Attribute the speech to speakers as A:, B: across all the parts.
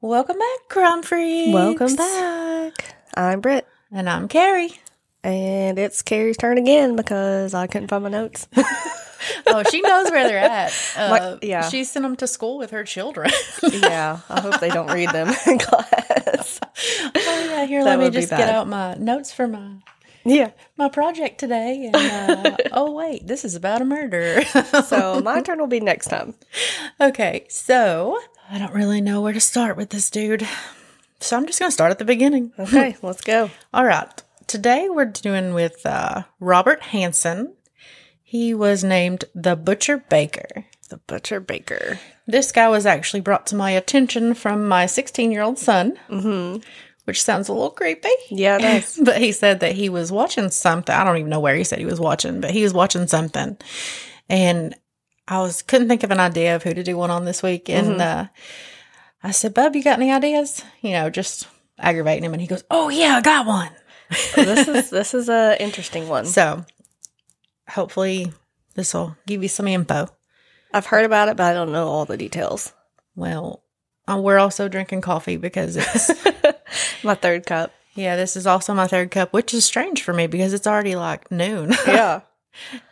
A: Welcome back, Crown Freaks.
B: Welcome back. I'm Britt,
A: And I'm Carrie.
B: and it's Carrie's turn again because I couldn't find my notes.
A: Oh, she knows where they're at. Uh,
B: My- yeah.
A: She sent them to school with her children.
B: yeah, I hope they don't read them in class.
A: oh, yeah. Here,
B: That
A: let me
B: would be
A: just get
B: bad.
A: out my notes for my,
B: Yeah.
A: my project today. And, uh, oh, wait, this is about a murder.
B: So my turn will be next time.
A: okay. So I don't really know where to start with this dude. So I'm just going to start at the beginning.
B: Okay, let's go.
A: All right. Today we're doing with uh, Robert Hansen. He was named the Butcher Baker.
B: The butcher baker.
A: This guy was actually brought to my attention from my 16 year old son, which sounds a little creepy.
B: Yeah, it is.
A: But he said that he was watching something. I don't even know where he said he was watching, but he was watching something. And I was couldn't think of an idea of who to do one on this week. And uh, I said, Bub, you got any ideas? You know, just aggravating him. And he goes, Oh, yeah, I got one.
B: this is this is a interesting one.
A: So hopefully this will give you some info.
B: I've heard about it, but I don't know all the details.
A: Well, uh, we're also drinking coffee because it's
B: my third cup.
A: Yeah, this is also my third cup, which is strange for me because it's already like noon.
B: Yeah.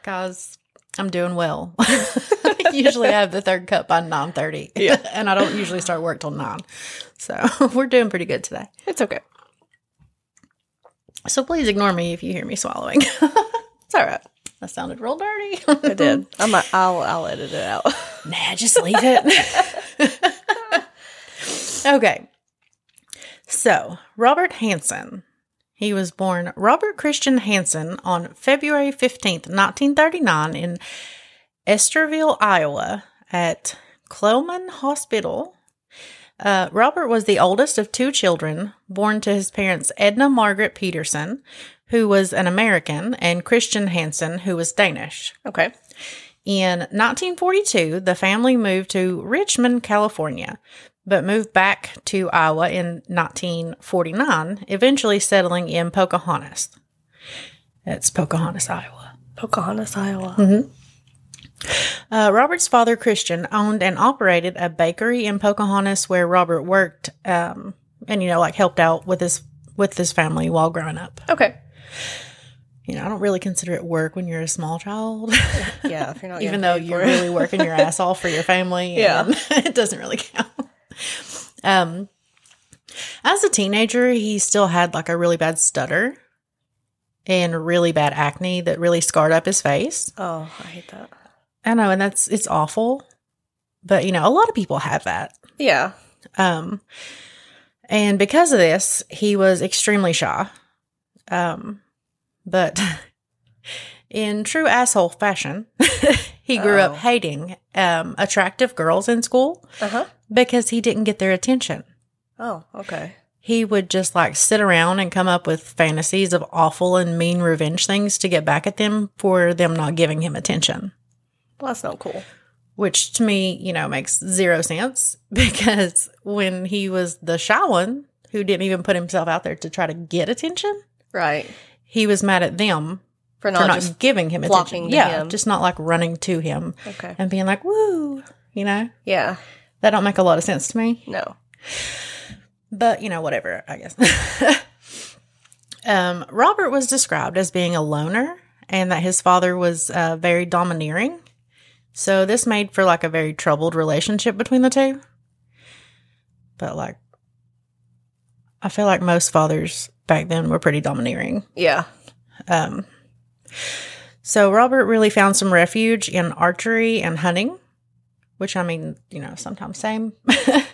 A: Guys, I'm doing well. usually I have the third cup by 9:30.
B: Yeah.
A: and I don't usually start work till 9. So, we're doing pretty good today.
B: It's okay.
A: So, please ignore me if you hear me swallowing.
B: It's all right.
A: that sounded real dirty.
B: I did. I'm a, I'll I'll edit it out.
A: Nah, just leave it. okay. So, Robert Hansen. He was born Robert Christian Hansen on February 15th, 1939, in Esterville, Iowa, at Cloman Hospital. Uh, Robert was the oldest of two children, born to his parents Edna Margaret Peterson, who was an American, and Christian Hansen, who was Danish.
B: Okay.
A: In 1942, the family moved to Richmond, California, but moved back to Iowa in 1949, eventually settling in Pocahontas. That's Pocahontas, Iowa.
B: Pocahontas, Iowa.
A: Uh, Robert's father, Christian, owned and operated a bakery in Pocahontas where Robert worked um, and, you know, like helped out with his with his family while growing up.
B: Okay.
A: You know, I don't really consider it work when you're a small child.
B: Yeah. If you're not
A: even
B: getting
A: though
B: paid
A: you're
B: for it.
A: really working your ass off for your family.
B: Yeah.
A: and it doesn't really count. Um, as a teenager, he still had like a really bad stutter and really bad acne that really scarred up his face.
B: Oh, I hate that.
A: I know, and that's it's awful, but you know, a lot of people have that.
B: Yeah.
A: Um, and because of this, he was extremely shy. Um, but in true asshole fashion, he grew
B: Oh.
A: up hating um, attractive girls in school
B: Uh huh.
A: because he didn't get their attention.
B: Oh, okay.
A: He would just like sit around and come up with fantasies of awful and mean revenge things to get back at them for them not giving him attention,
B: Well, that's not cool.
A: which to me, you know, makes zero sense because when he was the shy one who didn't even put himself out there to try to get attention,
B: Right.
A: he was mad at them
B: For
A: for
B: not
A: not
B: just
A: giving him
B: flopping
A: attention.
B: to
A: Yeah,
B: him.
A: just not like running to him
B: okay.
A: and being like, "Woo," you know.
B: Yeah.
A: That don't make a lot of sense to me.
B: No.
A: But, you know, whatever, I guess. um, Robert was described as being a loner and that his father was uh, very domineering. So this made for like a very troubled relationship between the two. But like I feel like most fathers back then were pretty domineering.
B: Yeah.
A: Um, so Robert really found some refuge in archery and hunting, which I mean, you know, sometimes same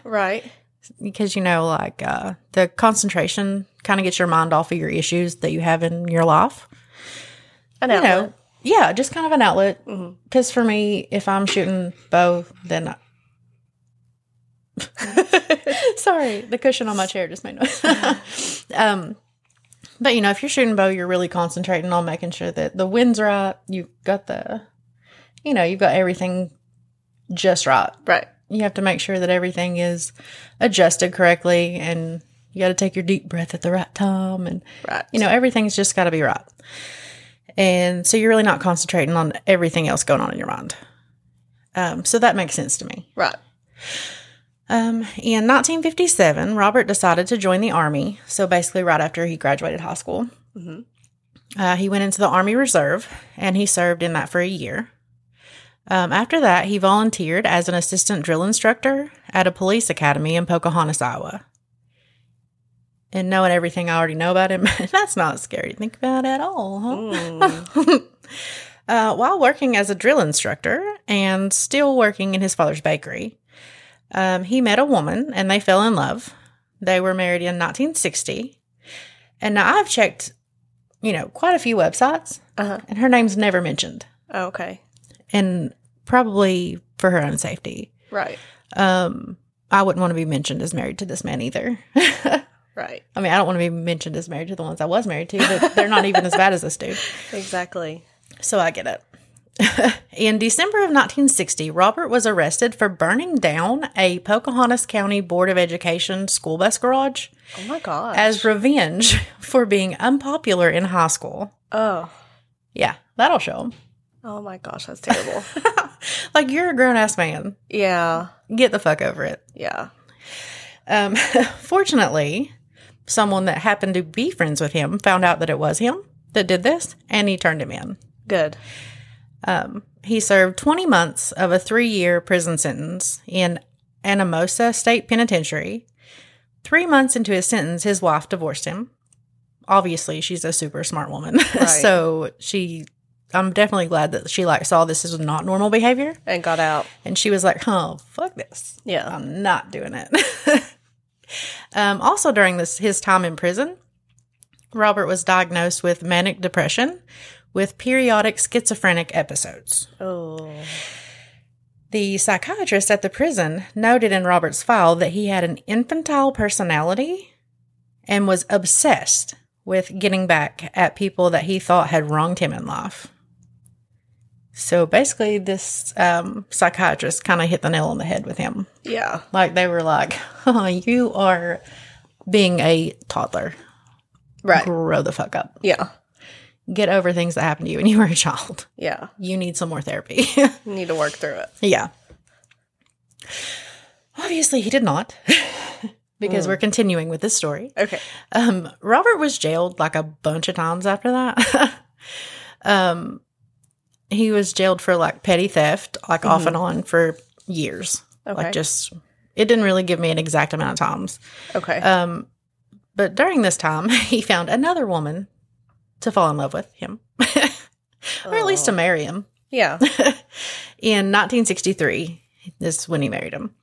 B: Right.
A: because you know, like uh, the concentration kind of gets your mind off of your issues that you have in your life.
B: An
A: You know,
B: outlet.
A: yeah, just kind of an outlet.
B: Mhm.
A: Because for me, if I'm shooting bow, then I- sorry, the cushion on my chair just made noise. um, but you know, if you're shooting bow, you're really concentrating on making sure that the wind's right. You've got the, you know, you've got everything just right.
B: Right.
A: You have to make sure that everything is adjusted correctly, and you got to take your deep breath at the right time, and
B: Right.
A: you know, everything's just got to be right. And so you're really not concentrating on everything else going on in your mind. Um, so that makes sense to me.
B: Right.
A: Um, in 1957, Robert decided to join the Army, so basically right after he graduated high school.
B: Mm-hmm.
A: Uh, he went into the Army Reserve and he served in that for a year. Um, after that, he volunteered as an assistant drill instructor at a police academy in Pocahontas, Iowa. And knowing everything I already know about him, that's not scary to think about at all, huh?
B: Mm.
A: Uh, while working as a drill instructor and still working in his father's bakery, um, he met a woman and they fell in love. They were married in 1960. And now I've checked, you know, quite a few websites,
B: Uh-huh. Oh,
A: and her name's never mentioned,
B: Okay.
A: and probably for her own safety.
B: Right.
A: Um, I wouldn't want to be mentioned as married to this man either. I
B: Right.
A: mean, I don't want to be mentioned as married to the ones I was married to, but they're not even as bad as this dude.
B: Exactly.
A: So I get it. In December of 1960, Robert was arrested for burning down a Pocahontas County Board of Education school bus garage
B: Oh my god.
A: as revenge for being unpopular in high school.
B: oh.
A: Yeah, that'll show
B: Oh my gosh, that's terrible.
A: 'em. like, you're a grown ass man.
B: yeah.
A: Get the fuck over it.
B: Yeah.
A: Um, fortunately, someone that happened to be friends with him found out that it was him that did this and he turned him in.
B: Good.
A: Um, he served 20 months of a three year prison sentence in Anamosa State Penitentiary. Three months into his sentence, his wife divorced him. Obviously, she's a super smart woman.
B: Right.
A: so she, I'm definitely glad that she like saw this is not normal behavior.
B: And got out.
A: And she was like, oh, fuck this.
B: Yeah.
A: I'm not doing it. um, also, during this his time in prison, Robert was diagnosed with manic depression with periodic schizophrenic episodes.
B: Oh.
A: The psychiatrist at the prison noted in Robert's file that he had an infantile personality and was obsessed with getting back at people that he thought had wronged him in life. So basically, this um, psychiatrist kind of hit the nail on the head with him.
B: Yeah.
A: Like they were like, oh, you are being a toddler.
B: Right.
A: Grow the fuck up.
B: Yeah.
A: Get over things that happened to you when you were a child.
B: Yeah.
A: You need some more therapy.
B: Need to work through it.
A: yeah. Obviously, he did not because we're continuing with this story.
B: Okay.
A: Um, Robert was jailed like a bunch of times after that. um, he was jailed for like petty theft, like off and on for years.
B: Okay.
A: Like just, it didn't really give me an exact amount of times.
B: Okay.
A: Um, but during this time, he found another woman to fall in love with him, or at
B: Oh.
A: least to marry him.
B: yeah.
A: In 1963 is when he married him,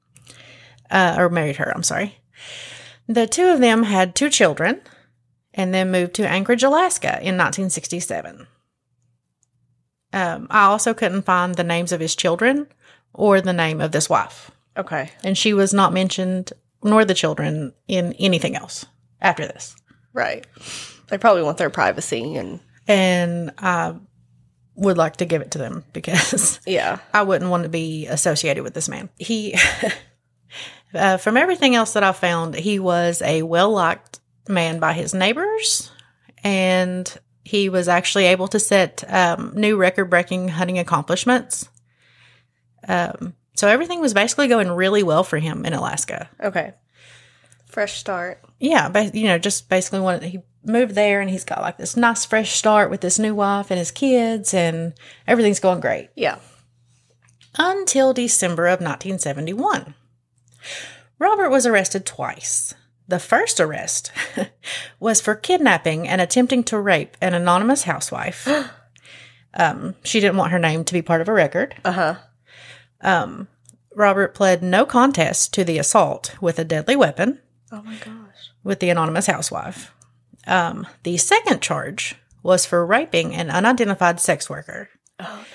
A: uh, or married her, I'm sorry. The two of them had two children and then moved to Anchorage, Alaska in 1967. Um, I also couldn't find the names of his children or the name of this wife
B: Okay.
A: and she was not mentioned nor the children in anything else after this.
B: Right. They probably want their privacy and
A: And I would like to give it to them because
B: yeah.
A: I wouldn't want to be associated with this man. He, uh, from everything else that I found, he was a well liked man by his neighbors, and he was actually able to set um, new record breaking hunting accomplishments. Um, so everything was basically going really well for him in Alaska.
B: Okay. Fresh start.
A: yeah, but you know, just basically wanted he moved there and he's got like this nice fresh start with this new wife and his kids and everything's going great
B: Yeah.
A: until December of 1971. Robert was arrested twice. The first arrest was for kidnapping and attempting to rape an anonymous housewife. um, she didn't want her name to be part of a record.
B: Uh huh.
A: Um, Robert pled no contest to the assault with a deadly weapon.
B: Oh my gosh.
A: with the anonymous housewife. Um, the second charge was for raping an unidentified sex worker.
B: Oh.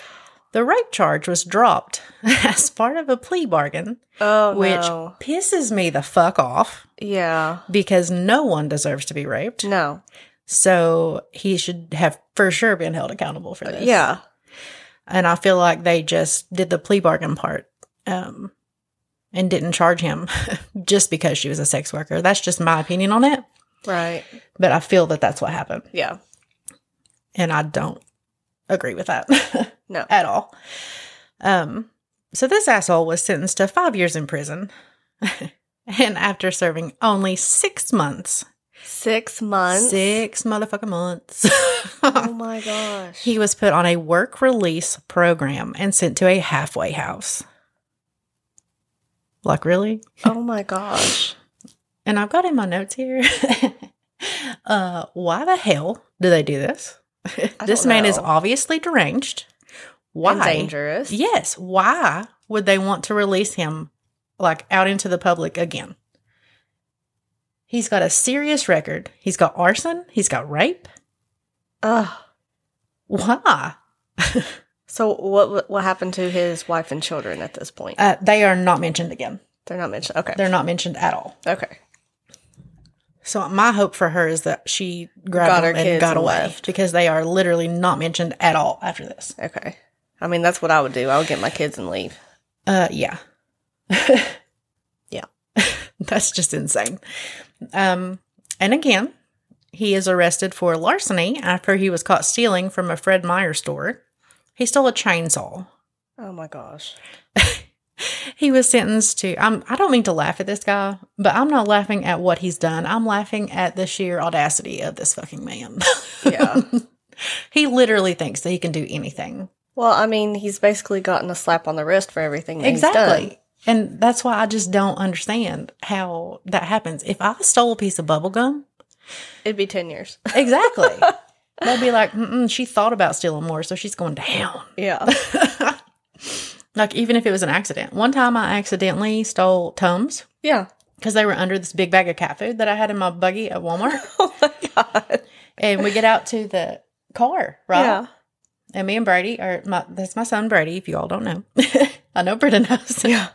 A: The rape charge was dropped as part of a plea bargain,
B: Oh
A: which
B: no.
A: pisses me the fuck off
B: Yeah.
A: because no one deserves to be raped.
B: No.
A: So he should have for sure been held accountable for this.
B: Yeah.
A: And I feel like they just did the plea bargain part um, and didn't charge him just because she was a sex worker. That's just my opinion on it.
B: Right.
A: But I feel that that's what happened.
B: Yeah.
A: and I don't agree with that
B: No.
A: at all. Um, so this asshole was sentenced to five years in prison and after serving only six months,
B: Six months.
A: six motherfucking months,
B: Oh my gosh.
A: he was put on a work release program and sent to a halfway house. Like, really?
B: oh my gosh.
A: And I've got in my notes here. uh, why the hell do they do this?
B: I
A: this
B: don't
A: man is
B: know.
A: obviously deranged. Why?
B: And dangerous.
A: Yes. Why would they want to release him like out into the public again? He's got a serious record. He's got arson. He's got rape.
B: Ugh.
A: Why?
B: So what what happened to his wife and children at this point?
A: Uh, they are not mentioned again.
B: They're not mentioned. Okay.
A: They're not mentioned at all.
B: Okay.
A: So my hope for her is that she grabbed
B: Got
A: them
B: her
A: and
B: kids
A: got
B: and
A: away
B: left.
A: because they are literally not mentioned at all after this.
B: Okay. I mean, that's what I would do. I would get my kids and leave.
A: Uh, yeah.
B: Yeah.
A: That's just insane. Um, and again, he is arrested for larceny after he was caught stealing from a Fred Meyer store. He stole a chainsaw.
B: Oh my gosh.
A: He was sentenced to. I'm. I don't mean to laugh at this guy, but I'm not laughing at what he's done. I'm laughing at the sheer audacity of this fucking man.
B: Yeah.
A: he literally thinks that he can do anything.
B: well, I mean, he's basically gotten a slap on the wrist for everything that he's done.
A: Exactly. And that's why I just don't understand how that happens. If I stole a piece of bubble gum,
B: It'd be 10 years.
A: exactly, they'd be like, Mm-mm, she thought about stealing more, so she's going down.
B: Yeah.
A: like, even if it was an accident. One time I accidentally stole Tums
B: yeah.
A: because they were under this big bag of cat food that I had in my buggy at Walmart.
B: Oh my god.
A: and we get out to the car, right?
B: Yeah.
A: And me and Brady are my that's my son Brady, if you all don't know. I know Brenda knows. Yeah.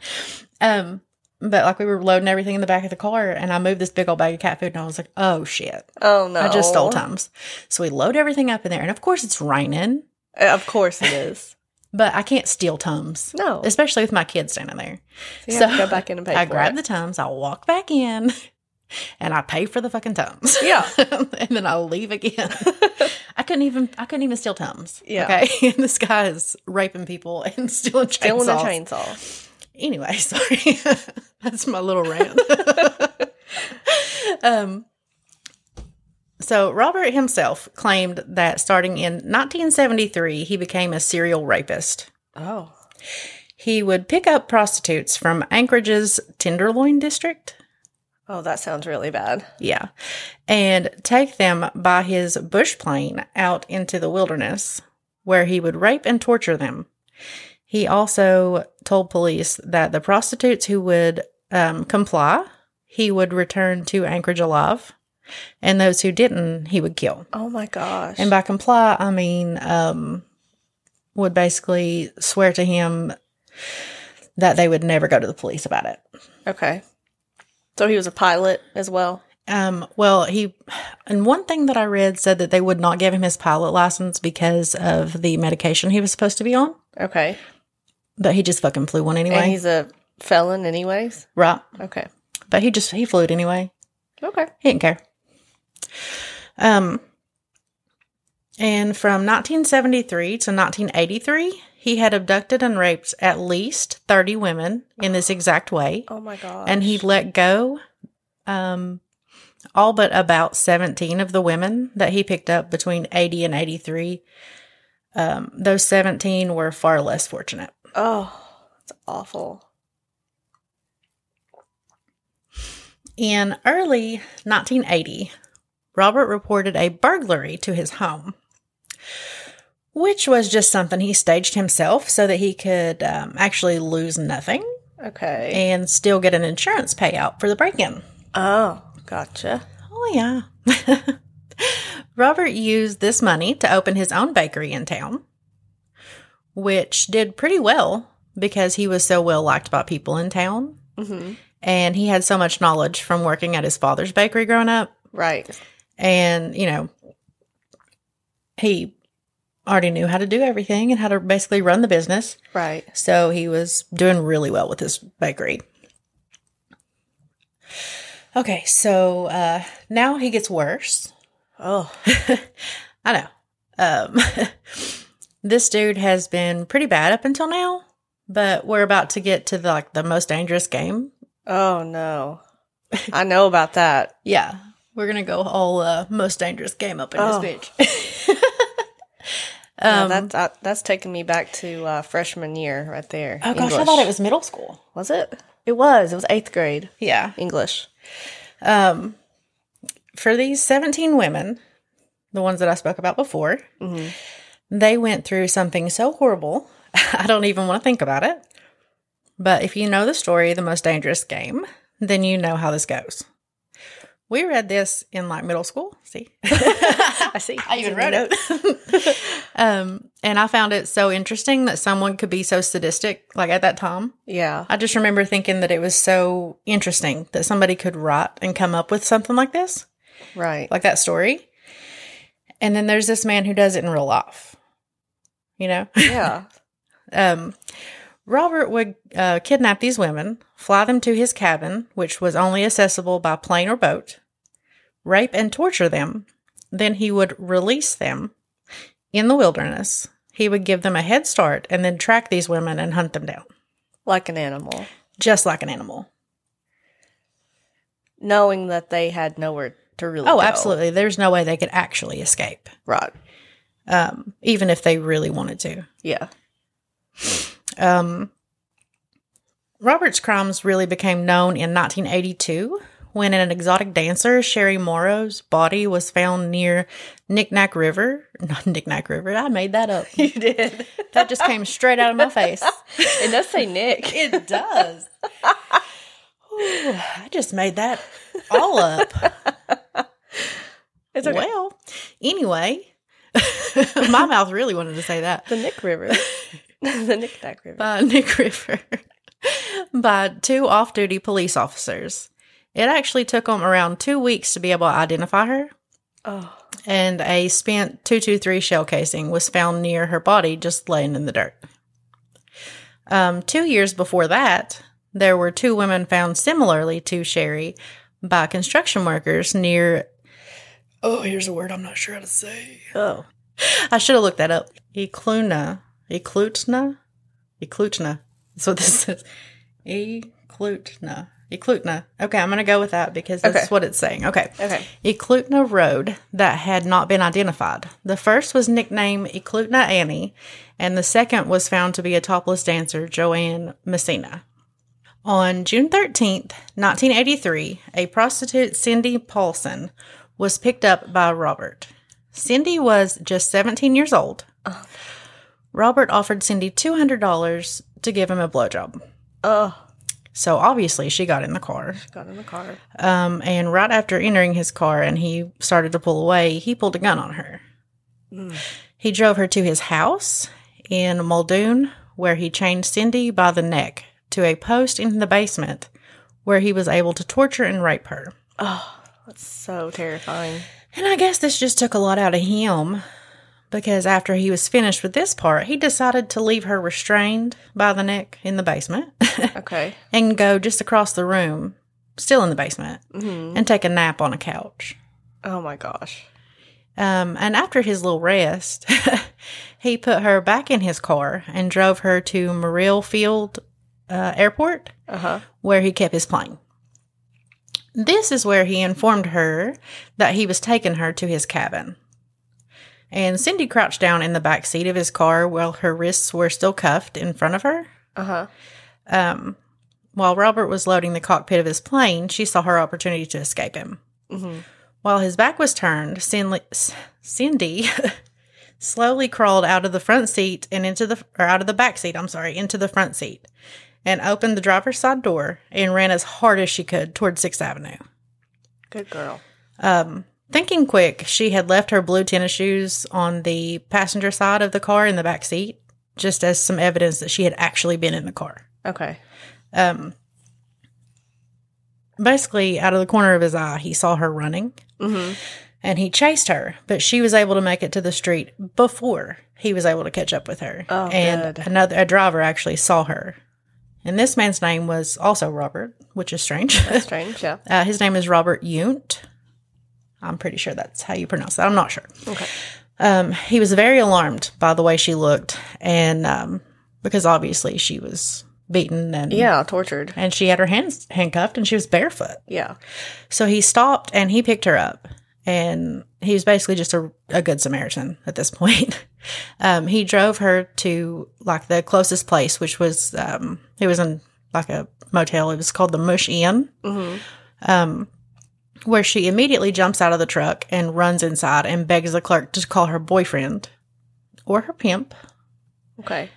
A: Um, but like we were loading everything in the back of the car and I moved this big old bag of cat food and I was like, oh shit.
B: Oh no.
A: I just stole Tums. So we load everything up in there. And of course it's raining,
B: Uh, Of course it is.
A: but I can't steal Tums.
B: No.
A: Especially with my kids standing there.
B: So you have to
A: So,
B: go back in and pay
A: I
B: for
A: grab the
B: it.
A: Tums, I walk back in, and I pay for the fucking Tums.
B: Yeah.
A: and then I leave again. I couldn't even I couldn't even steal Tums.
B: Yeah.
A: Okay. And this guy is raping people and stealing chainsaws.
B: Stealing a chainsaw.
A: Anyway, sorry. That's my little rant. um so Robert himself claimed that starting in 1973 he became a serial rapist.
B: Oh.
A: He would pick up prostitutes from Anchorage's Tenderloin district.
B: Oh, that sounds really bad.
A: Yeah. And take them by his bush plane out into the wilderness where he would rape and torture them. He also told police that the prostitutes who would um, comply, he would return to Anchorage alive. And those who didn't, he would kill.
B: Oh my gosh.
A: And by comply, I mean, um, would basically swear to him that they would never go to the police about it.
B: okay. So he was a pilot as well.
A: Um, well, he, and one thing that I read said that they would not give him his pilot license because of the medication he was supposed to be on,
B: Okay.
A: but he just fucking flew one
B: And
A: anyway.
B: he's a felon anyways.
A: Right.
B: Okay.
A: But he just, he flew it anyway.
B: Okay.
A: He didn't care. Um, and from 1973 to 1983, he had abducted and raped at least 30 women in this exact way.
B: Oh my god.
A: and he let go um all but about 17 of the women that he picked up between 80 and 83 um those 17 were far less fortunate
B: Oh, it's awful.
A: in early 1980 robert reported a burglary to his home which was just something he staged himself so that he could um, actually lose nothing
B: Okay.
A: and still get an insurance payout for the break-in
B: oh, gotcha.
A: Oh, yeah. Robert used this money to open his own bakery in town, which did pretty well because he was so well liked by people in town. Mm-hmm.
B: hmm
A: And he had so much knowledge from working at his father's bakery growing up.
B: Right.
A: And, you know, he already knew how to do everything and how to basically run the business.
B: Right.
A: So he was doing really well with his bakery. Okay, so uh, now he gets worse.
B: Oh.
A: I know. Um, this dude has been pretty bad up until now, but we're about to get to the, like the most dangerous game
B: Oh no. I know about that.
A: Yeah, we're gonna go all uh, most dangerous game up in
B: Oh.
A: this bitch.
B: Yeah,
A: um,
B: that's uh, that's taking me back to uh, freshman year right there.
A: oh gosh, I
B: English.
A: thought it was middle school.
B: was it? It was. It was eighth grade
A: Yeah.
B: English.
A: Um, for these seventeen women, the ones that I spoke about before,
B: Mhm.
A: they went through something so horrible. I don't even want to think about it. But if you know the story, The Most Dangerous Game, then you know how this goes. We read this in like middle school. See?
B: I see.
A: I even wrote it. um, and I found it so interesting that someone could be so sadistic, like at that time.
B: Yeah.
A: I just remember thinking that it was so interesting that somebody could write and come up with something like this,
B: Right.
A: like that story. And then there's this man who does it in real life, you know?
B: yeah.
A: Um, Robert would uh, kidnap these women, fly them to his cabin, which was only accessible by plane or boat, rape and torture them. Then he would release them in the wilderness. He would give them a head start and then track these women and hunt them down,
B: Like an animal,
A: just like an animal.
B: knowing that they had nowhere to really.
A: Oh,
B: go.
A: absolutely. There's no way they could actually escape,
B: Right.
A: um, even if they really wanted to.
B: Yeah.
A: Um, Robert's crimes really became known in 1982 when an exotic dancer, Sherry Morrow's body was found near Knickknack River. Not Knickknack River. I made that up.
B: You did.
A: that just came straight out of my face.
B: It does say Nick.
A: It does. Ooh, I just made that all up.
B: It's okay.
A: Well, anyway, my mouth really wanted to say that.
B: The Nick River. the Nick Nack River.
A: by Nick River by two off duty police officers. It actually took them around two weeks to be able to identify her,
B: oh.
A: and a spent 223 shell casing was found near her body just laying in the dirt. Um, two years before that, there were two women found similarly to Sherry by construction workers near. Oh, here's a word I'm not sure how to say.
B: Oh.
A: I should have looked that up. Ekluna. Eklutna? Eklutna. That's what this is. Eklutna. Eklutna. Okay, I'm going to go with that because that's
B: Okay.
A: what it's saying. Okay.
B: Okay.
A: Eklutna Road that had not been identified. The first was nicknamed Eklutna Annie, and the second was found to be a topless dancer, Joanne Messina. On June 13th, 1983, a prostitute, Cindy Paulson, was picked up by Robert. Cindy was just 17 years old. Robert offered Cindy $200 to give him a blowjob.
B: Oh.
A: So obviously, she got in the car.
B: Got in the car.
A: Um, and right after entering his car and he started to pull away, he pulled a gun on her. He drove her to his house in Muldoon, where he chained Cindy by the neck to a post in the basement where he was able to torture and rape her.
B: Oh. That's so terrifying.
A: And I guess this just took a lot out of him because after he was finished with this part, he decided to leave her restrained by the neck in the basement
B: Okay.
A: and go just across the room, still in the basement,
B: hmm
A: and take a nap on a couch.
B: Oh my gosh.
A: Um, and after his little rest, he put her back in his car and drove her to Morrill Field uh, Airport,
B: Uh huh.
A: where he kept his plane. This is where he informed her that he was taking her to his cabin. And Cindy crouched down in the back seat of his car while her wrists were still cuffed in front of her.
B: Uh huh.
A: Um, while Robert was loading the cockpit of his plane, she saw her opportunity to escape him.
B: hmm
A: While his back was turned, Cindy, Cindy slowly crawled out of the front seat and into the or out of the back seat, I'm sorry, into the front seat and opened the driver's side door and ran as hard as she could toward 6th Avenue.
B: Good girl.
A: Um, thinking quick, she had left her blue tennis shoes on the passenger side of the car in the back seat just as some evidence that she had actually been in the car.
B: Okay.
A: Um, basically, out of the corner of his eye, he saw her running
B: Mm-hmm.
A: and he chased her, but she was able to make it to the street before he was able to catch up with her.
B: Oh,
A: and
B: good.
A: another a driver actually saw her. And this man's name was also Robert, which is strange.
B: That's strange. Yeah.
A: uh, his name is Robert Yunt. I'm pretty sure that's how you pronounce that. I'm not sure.
B: Okay.
A: Um, he was very alarmed by the way she looked, and um, because obviously she was beaten and
B: Yeah, tortured.
A: and she had her hands handcuffed and she was barefoot.
B: Yeah.
A: So he stopped and he picked her up. And he was basically just a, a good Samaritan at this point. um, he drove her to like the closest place, which was, um, it was in like a motel. It was called the Mush Inn,
B: hmm
A: um, where she immediately jumps out of the truck and runs inside and begs the clerk to call her boyfriend or her pimp.
B: Okay.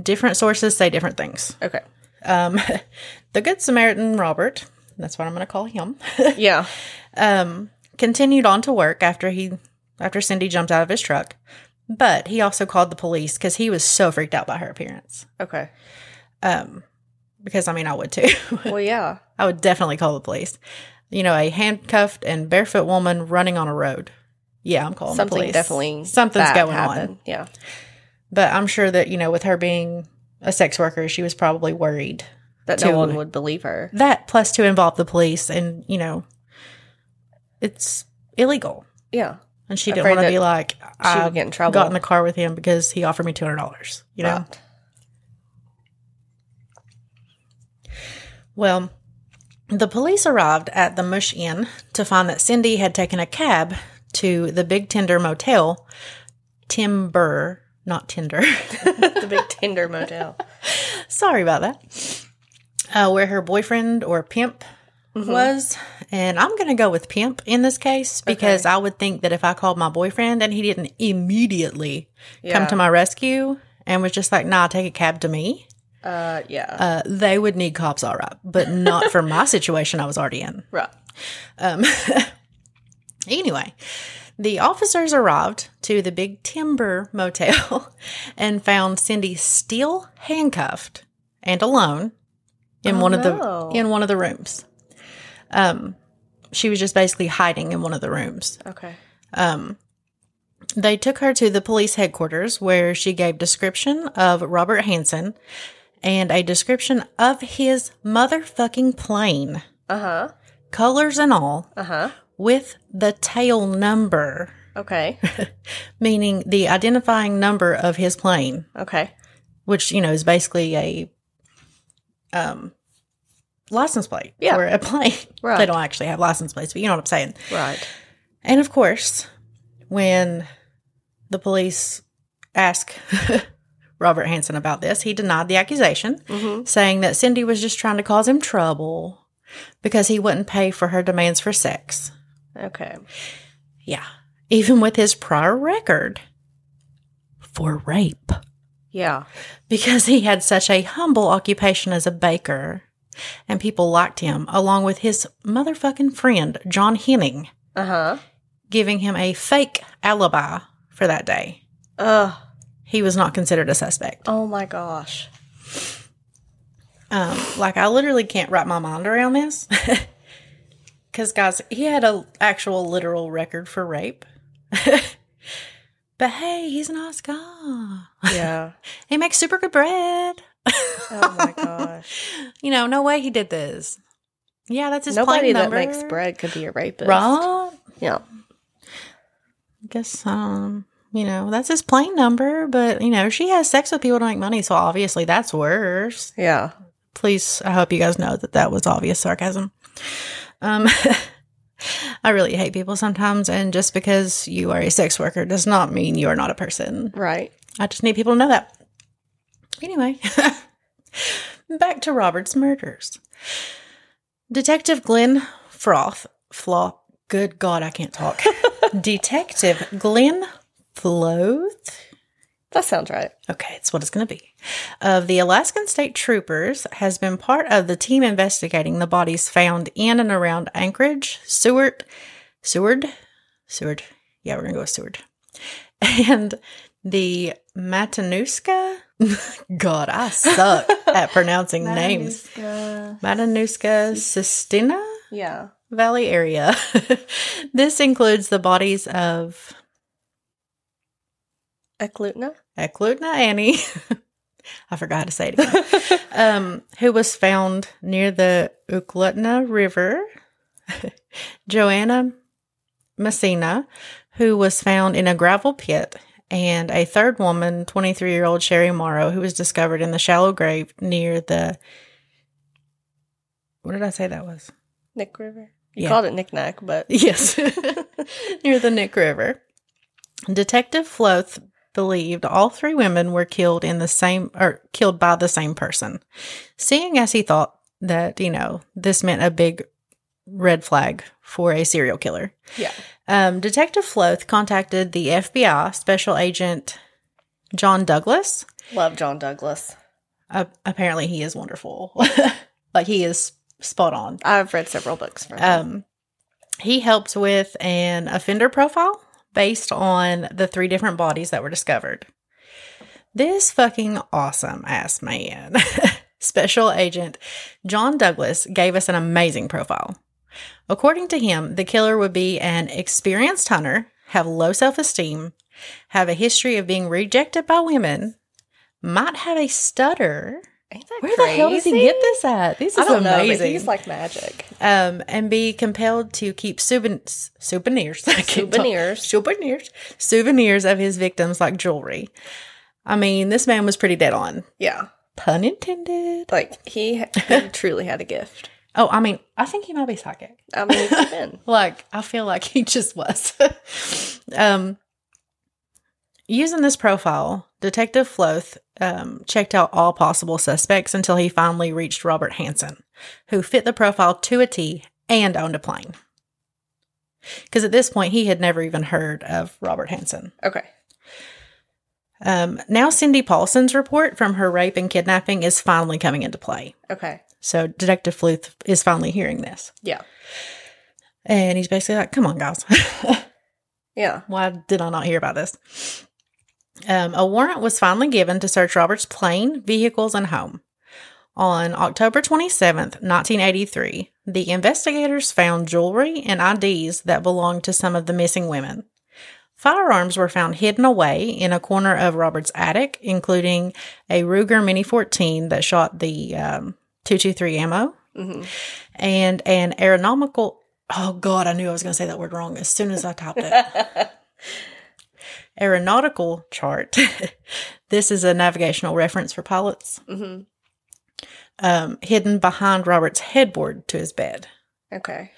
A: Different sources say different things.
B: Okay.
A: Um, the Good Samaritan, Robert, that's what I'm going to call him.
B: Yeah.
A: um, continued on to work after he after Cindy jumped out of his truck, but he also called the police because he was so freaked out by her appearance.
B: Okay.
A: Um, because I mean, I would too.
B: Well, yeah.
A: I would definitely call the police. You know, a handcuffed and barefoot woman running on a road. Yeah, I'm calling the
B: Something
A: police.
B: definitely.
A: something's
B: bad
A: going on.
B: happened. Yeah.
A: But I'm sure that you know, with her being a sex worker, she was probably worried
B: That
A: To-
B: no one would believe her.
A: that plus to involve the police, and you know, it's illegal.
B: Yeah.
A: And she didn't
B: Afraid
A: want to
B: that
A: be like,
B: She
A: I
B: would get in trouble.
A: got in the car with him because he offered me two hundred dollars. You know.
B: Right.
A: Well, the police arrived at the Mush Inn to find that Cindy had taken a cab to the Big Tender Motel, Timber, not Tinder.
B: the big Tinder motel.
A: Sorry about that. Uh, where her boyfriend or pimp Mm-hmm. was, and I'm gonna go with pimp in this case because I would think that if I called my boyfriend and he didn't immediately come
B: Yeah.
A: to my rescue and was just like, "Nah, take a cab to me,"
B: Uh, yeah.
A: uh, they would need cops, all right, but not for my situation I was already in.
B: right.
A: Anyway, the officers arrived to the Big Timber Motel and found Cindy still handcuffed and alone in one
B: no.
A: of the in one of the rooms. Um, she was just basically hiding in one of the rooms.
B: Okay.
A: They took her to the police headquarters where she gave description of Robert Hansen and a description of his motherfucking plane,
B: Uh huh.
A: colors and all,
B: Uh huh.
A: with the tail number.
B: Okay.
A: meaning the identifying number of his plane,
B: Okay.
A: which you know is basically a um license plate
B: Yeah.
A: or a plane.
B: Right.
A: They don't actually have license plates, but you know what I'm saying.
B: Right.
A: And of course, when the police ask Robert Hansen about this, he denied the accusation,
B: Mhm.
A: saying that Cindy was just trying to cause him trouble because he wouldn't pay for her demands for sex.
B: Okay.
A: Yeah. Even with his prior record for rape.
B: Yeah.
A: because he had such a humble occupation as a baker and people liked him along with his motherfucking friend john henning
B: Uh huh.
A: giving him a fake alibi for that day
B: Ugh.
A: he was not considered a suspect
B: Oh my gosh.
A: um, like i literally can't wrap my mind around this because guys he had a actual literal record for rape but hey he's a nice guy
B: Yeah.
A: he makes super good bread
B: Oh my gosh.
A: you know, no way he did this. Yeah, that's his
B: Nobody
A: plane
B: that
A: number.
B: makes bread could be a rapist.
A: Right?
B: Yeah.
A: I guess um, you know, that's his plane number, but you know, she has sex with people to make money, so obviously that's worse.
B: Yeah.
A: Please, I hope you guys know that that was obvious sarcasm. Um I really hate people sometimes, and just because you are a sex worker does not mean you are not a person.
B: Right.
A: I just need people to know that. Anyway, back to Robert's murders. Detective Glenn Froth, Floth, good God, I can't talk. Detective Glenn Floth,
B: That sounds right.
A: okay, that's what it's going to be, of the Alaskan State Troopers has been part of the team investigating the bodies found in and around Anchorage, Seward, Seward, Seward. Yeah, we're going to go with Seward. And the Matanuska. God, I suck at pronouncing names. Matanuska Sistina
B: Yeah.
A: Valley area. this includes the bodies of
B: Eklutna?
A: Eklutna Annie. I forgot how to say it again. um, who was found near the Uklutna River. Joanna Messina, who was found in a gravel pit and a third woman, 23 year old Sherry Morrow, who was discovered in the shallow grave near the. What did I say that was?
B: Nick River. You
A: Yeah.
B: called it Nick Knack, but
A: Yes, near the Nick River. Detective Floth believed all three women were killed in the same or killed by the same person. Seeing as he thought that, you know, this meant a big red flag for a serial killer.
B: yeah.
A: Um, Detective Floth contacted the FBI special agent John Douglas.
B: Love John Douglas.
A: Uh, apparently, he is wonderful. like he is spot on.
B: I've read several books from him.
A: Um, he helped with an offender profile based on the three different bodies that were discovered. This fucking awesome ass man, Special Agent John Douglas, gave us an amazing profile. According to him, the killer would be an experienced hunter, have low self esteem, have a history of being rejected by women, might have a stutter.
B: Ain't that
A: Where the hell does he
B: crazy?
A: get this at? This is
B: I don't know,
A: amazing
B: but he's like magic.
A: um, and be compelled to keep souvenirs, souvenirs, I can't talk.
B: Souvenirs.
A: souvenirs, souvenirs of his victims like jewelry. I mean, this man was pretty dead on.
B: Yeah.
A: Pun intended.
B: Like he, he truly had a gift.
A: Oh, I mean, I think he might be psychic.
B: I mean, he could have been.
A: Like, I feel like he just was. um, using this profile, Detective Floth um, checked out all possible suspects until he finally reached Robert Hansen, who fit the profile to a T and owned a plane. Because at this point, he had never even heard of Robert Hansen.
B: Okay.
A: Um, now, Cindy Paulson's report from her rape and kidnapping is finally coming into play.
B: Okay.
A: So, Detective Floth is finally hearing this.
B: Yeah.
A: And he's basically like, come on, guys.
B: Yeah.
A: Why did I not hear about this? Um, a warrant was finally given to search Robert's plane, vehicles, and home. On October 27th, 1983, the investigators found jewelry and IDs that belonged to some of the missing women. Firearms were found hidden away in a corner of Robert's attic, including a Ruger Mini 14 that shot the um, 223 ammo
B: hmm
A: and an aeronomical. Oh, God, I knew I was going to say that word wrong as soon as I typed it aeronautical chart. this is a navigational reference for pilots,
B: hmm
A: um, hidden behind Robert's headboard to his bed.
B: Okay.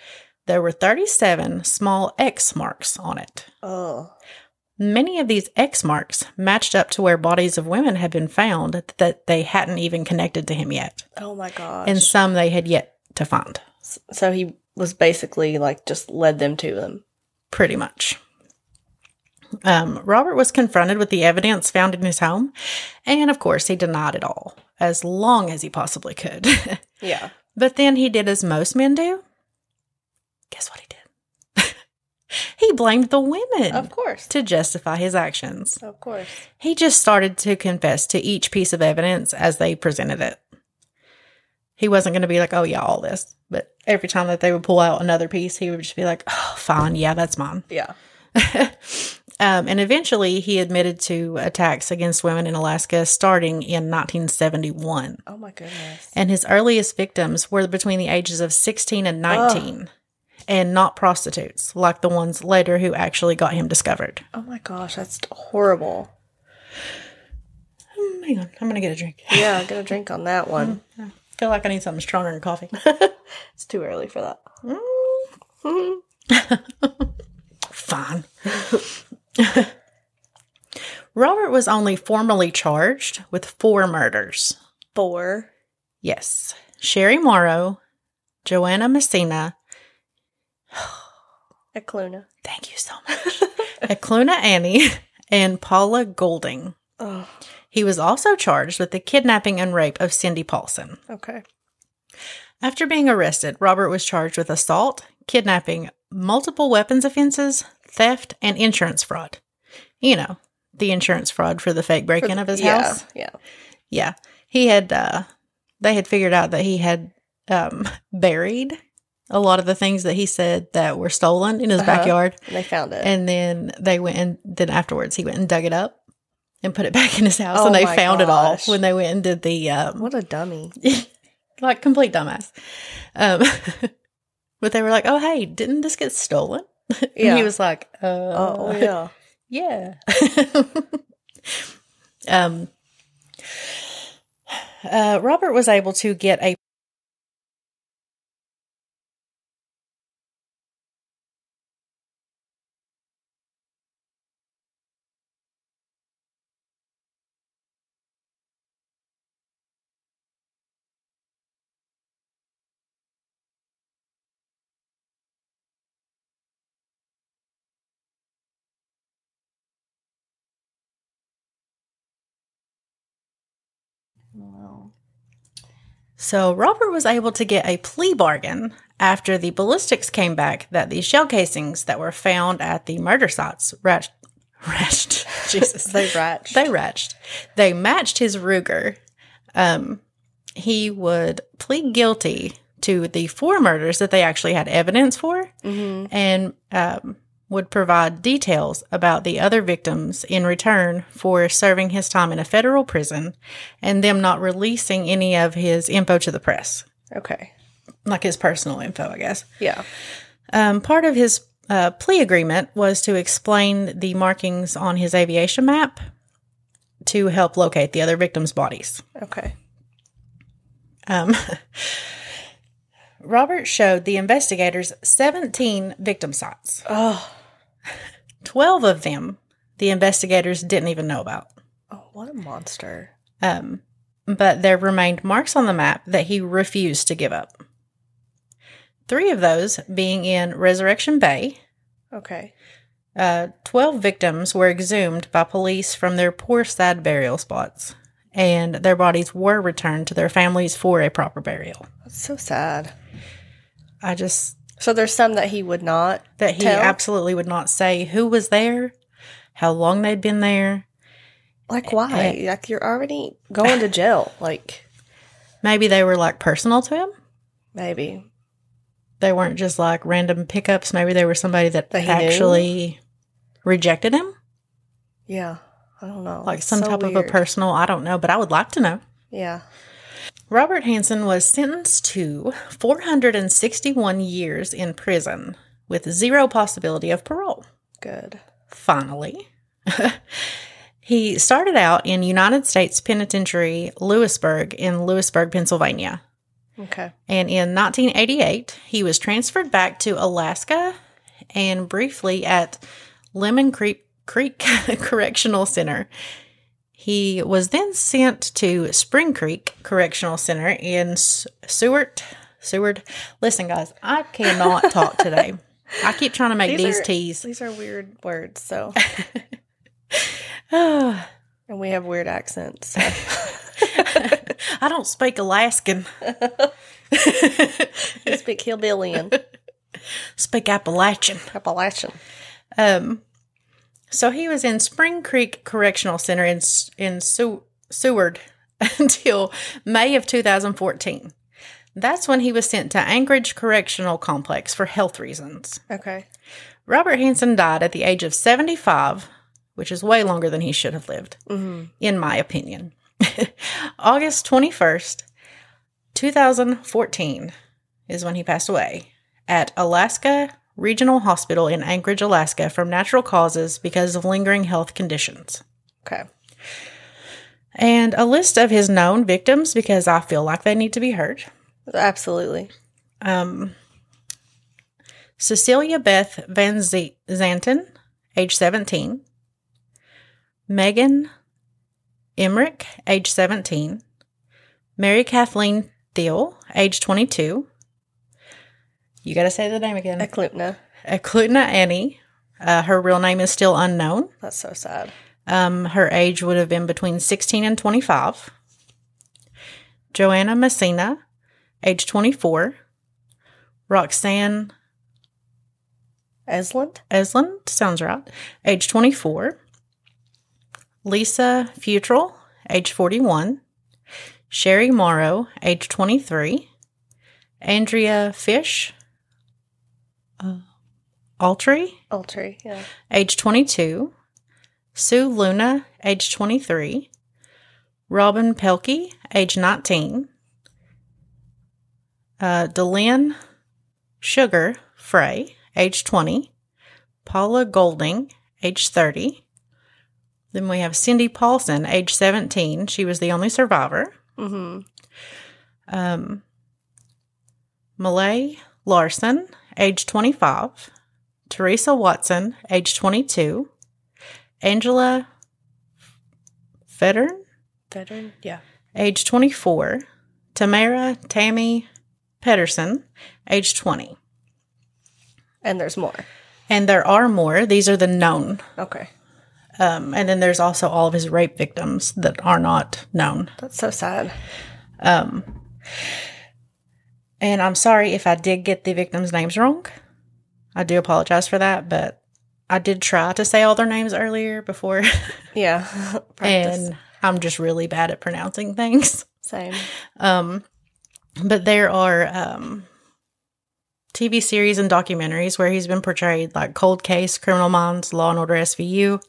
A: There were 37 small X marks on it.
B: Oh.
A: Many of these X marks matched up to where bodies of women had been found that they hadn't even connected to him yet,
B: Oh my gosh.
A: and
B: And
A: some they had yet to find,
B: so he was basically like just led them to him.
A: pretty much. Um, Robert was confronted with the evidence found in his home, and of course, he denied it all as long as he possibly could.
B: Yeah.
A: But then he did as most men do. Guess what he did? he blamed the women
B: Of course.
A: to justify his actions.
B: Of course.
A: He just started to confess to each piece of evidence as they presented it. He wasn't going to be like, oh, yeah, all this. But every time that they would pull out another piece, he would just be like, oh, fine, yeah, that's mine.
B: Yeah.
A: Um, and eventually he admitted to attacks against women in Alaska starting in 1971.
B: Oh my goodness.
A: And his earliest victims were between the ages of 16 and 19 and not prostitutes like the ones later who actually got him discovered.
B: Oh my gosh. That's horrible.
A: Mm, Hang on, I'm going to get a drink. I
B: Yeah. I'm gonna drink on that one.
A: feel like I need something stronger than coffee.
B: It's too early for that.
A: Fine. Robert was only formally charged with four murders.
B: Four.
A: Yes, Sherry Morrow, Joanna Messina,
B: A Cluna.
A: thank you so much, Ekluna Annie, and Paula Golding.
B: Oh.
A: He was also charged with the kidnapping and rape of Cindy Paulson.
B: Okay.
A: After being arrested, Robert was charged with assault, kidnapping, multiple weapons offenses, theft, and insurance fraud. You know, the insurance fraud for the fake break in of his
B: yeah,
A: house.
B: Yeah.
A: Yeah. He had, uh, they had figured out that he had um, buried a lot of the things that he said that were stolen in his
B: Uh-huh.
A: backyard.
B: And they found it.
A: And then they went and then afterwards he went and dug it up and put it back in his house.
B: Oh
A: and they
B: my
A: found it all
B: gosh.
A: when they went and did the um,
B: what a dummy.
A: like complete dumbass. Um, but they were like, "Oh, hey, didn't this get stolen?" And
B: Yeah.
A: he was like, uh,
B: oh yeah.
A: Yeah. um, uh, Robert was able to get a So Robert was able to get a plea bargain after the ballistics came back that the shell casings that were found at the murder sites ratched, ratched Jesus,
B: They ratched.
A: they ratched, they matched his Ruger. Um, he would plead guilty to the four murders that they actually had evidence for,
B: Mhm.
A: and um, would provide details about the other victims in return for serving his time in a federal prison and them not releasing any of his info to the press,
B: Okay.
A: like his personal info, I guess.
B: Yeah.
A: Um, part of his uh, plea agreement was to explain the markings on his aviation map to help locate the other victims' bodies.
B: Okay.
A: Um, Robert showed the investigators 17 victim sites.
B: Oh.
A: 12 of them the investigators didn't even know about.
B: Oh, what a monster.
A: Um, but there remained marks on the map that he refused to give up. Three of those being in Resurrection Bay,
B: Okay.
A: uh, 12 victims were exhumed by police from their poor, sad burial spots, and their bodies were returned to their families for a proper burial.
B: That's so sad.
A: I just,
B: So there's some that he would not.
A: that he
B: Tell.
A: absolutely would not say who was there, how long they'd been there, Eh,
B: Like why? Like you're already going to jail. Like
A: maybe they were like personal to him.
B: maybe.
A: they weren't just like random pickups. Maybe they were somebody that,
B: That he knew?
A: actually rejected him,
B: Yeah. I don't know.
A: like
B: It's
A: some
B: so
A: type of a
B: weird.
A: personal. I don't know, but I would like to know.
B: Yeah.
A: Robert Hansen was sentenced to 461 years in prison with zero possibility of parole.
B: Good.
A: Finally, he started out in United States Penitentiary Lewisburg in Lewisburg, Pennsylvania.
B: Okay.
A: And in 1988, he was transferred back to Alaska and briefly at Lemon Creek, Creek Correctional Center. He was then sent to Spring Creek Correctional Center in S- Seward. Seward. Listen, guys, I cannot talk today. I keep trying to make
B: These
A: these,
B: are-
A: teas.
B: These are weird words, so
A: I
B: and we have weird accents. so.
A: don't speak Alaskan.
B: We speak hillbilly and
A: speak Appalachian.
B: Appalachian.
A: Um, so he was in Spring Creek Correctional Center in S- in Sew- Seward until May of 2014. That's when he was sent to Anchorage Correctional Complex for health reasons.
B: Okay.
A: Robert Hansen died at the age of 75, which is way longer than he should have lived,
B: Mhm.
A: in my opinion. August 21st, 2014 is when he passed away at Alaska Regional Hospital in Anchorage, Alaska, from natural causes because of lingering health conditions.
B: Okay.
A: And a list of his known victims because I feel like they need to be heard.
B: Absolutely.
A: Um, Cecilia Beth Van Z- Zanten, age 17. Megan Emmerich, age 17. Mary Kathleen Thiel, age 22. You got to say the name again.
B: Eklutna.
A: Eklutna Annie. Uh, her real name is still unknown.
B: That's so sad.
A: Um, her age would have been between 16 and 25. Joanna Messina, age 24. Roxanne
B: Esland?
A: Esland, sounds right, age 24. Lisa Futrell, age 41. Sherry Morrow, age 23. Andrea Fish uh, Altry,
B: Altry. Yeah.
A: age 22, Sue Luna, age 23, Robin Pelkey, age 19, uh, Delyn Sugar Frey, age 20, Paula Golding, age 30. Then we have Cindy Paulson, age 17. She was the only survivor.
B: Mm-hmm.
A: Um, Malay Larson, age 25. Teresa Watson, age 22. Angela Federn,
B: Veteran. Yeah.
A: age 24. Tamara Tammy Pedersen, age 20.
B: And there's more.
A: And there are more. These are the known.
B: Okay.
A: Um, and then there's also all of his rape victims that are not known.
B: That's so sad.
A: Um, and I'm sorry if I did get the victims' names wrong. I do apologize for that, but I did try to say all their names earlier before,
B: Yeah. Practice.
A: and I'm just really bad at pronouncing things.
B: Same.
A: Um, but there are um, TV series and documentaries where he's been portrayed, like Cold Case, Criminal Minds, Law and Order SVU,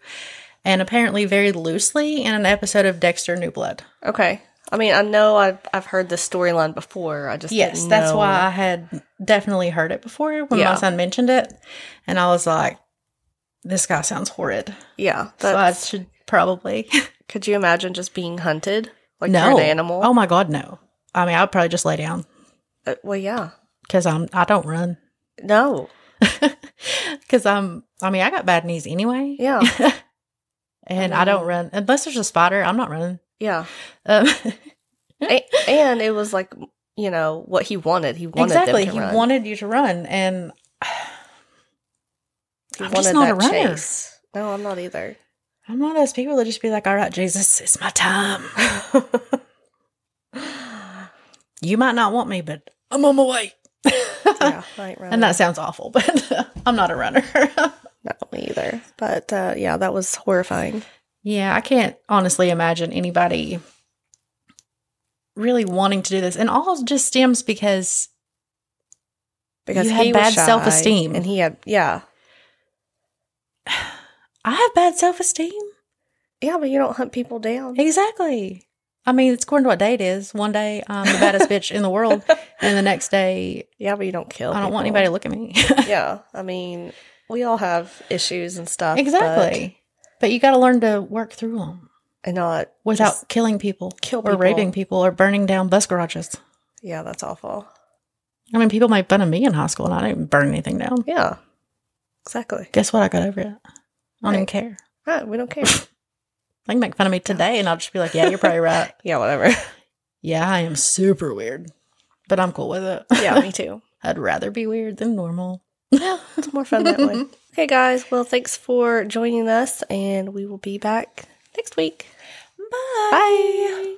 A: and apparently very loosely in an episode of Dexter New Blood.
B: Okay. I mean, I know I've I've heard this storyline before. I just
A: Yes,
B: didn't
A: that's
B: know-
A: why I had definitely heard it before when my
B: Yeah.
A: son mentioned it, and I was like, "This guy sounds horrid."
B: Yeah.
A: so I
B: That's,
A: should probably
B: could you imagine just being hunted like
A: no
B: you're an animal?
A: Oh my god, no! I mean, I'd probably just lay down
B: Uh, well, yeah.
A: because I'm I don't run
B: No.
A: because I'm I mean I got bad knees anyway,
B: Yeah.
A: and I don't run unless there's a spider. I'm not running.
B: Yeah.
A: Um,
B: A- and it was like you know what he wanted. He wanted
A: exactly,
B: Them to
A: he
B: run.
A: wanted you to run, and
B: He
A: I'm
B: wanted
A: just not a
B: that
A: runner.
B: chase. No, I'm not either.
A: I'm one of those people that just be like, "All right, Jesus, it's my time." you might not want me, but I'm on my way.
B: yeah, I ain't running.
A: And that sounds awful, but I'm not a runner.
B: not me either. But uh, yeah, that was horrifying.
A: yeah, I can't honestly imagine anybody really wanting to do this. And all just stems because
B: Because
A: You had
B: he was
A: bad
B: shy,
A: self-esteem.
B: and he had yeah,
A: I have bad self esteem.
B: yeah. But you don't hunt people down.
A: Exactly. I mean, it's according to what day it is. One day I'm the baddest bitch in the world, and the next day
B: Yeah, but you don't kill.
A: I don't want
B: people.
A: anybody to look at me.
B: yeah, I mean, we all have issues and stuff. but-
A: exactly. But you got to learn to work through them
B: and not
A: without
B: just-
A: killing people,
B: kill
A: or
B: people.
A: raping people, or burning down bus garages.
B: yeah, that's awful.
A: I mean, people made fun of me in high school, and I didn't even burn anything down.
B: Yeah, exactly.
A: Guess what? I got over it. I don't even
B: Right.
A: care.
B: Right, we don't care.
A: They can make fun of me today, and I'll just be like, "Yeah, you're probably right.
B: yeah, whatever.
A: Yeah, I am super weird, but I'm cool with it.
B: yeah, me too.
A: I'd rather be weird than normal."
B: Yeah, it's more fun that way. Okay, guys. Well, thanks for joining us, and we will be back next week. Bye.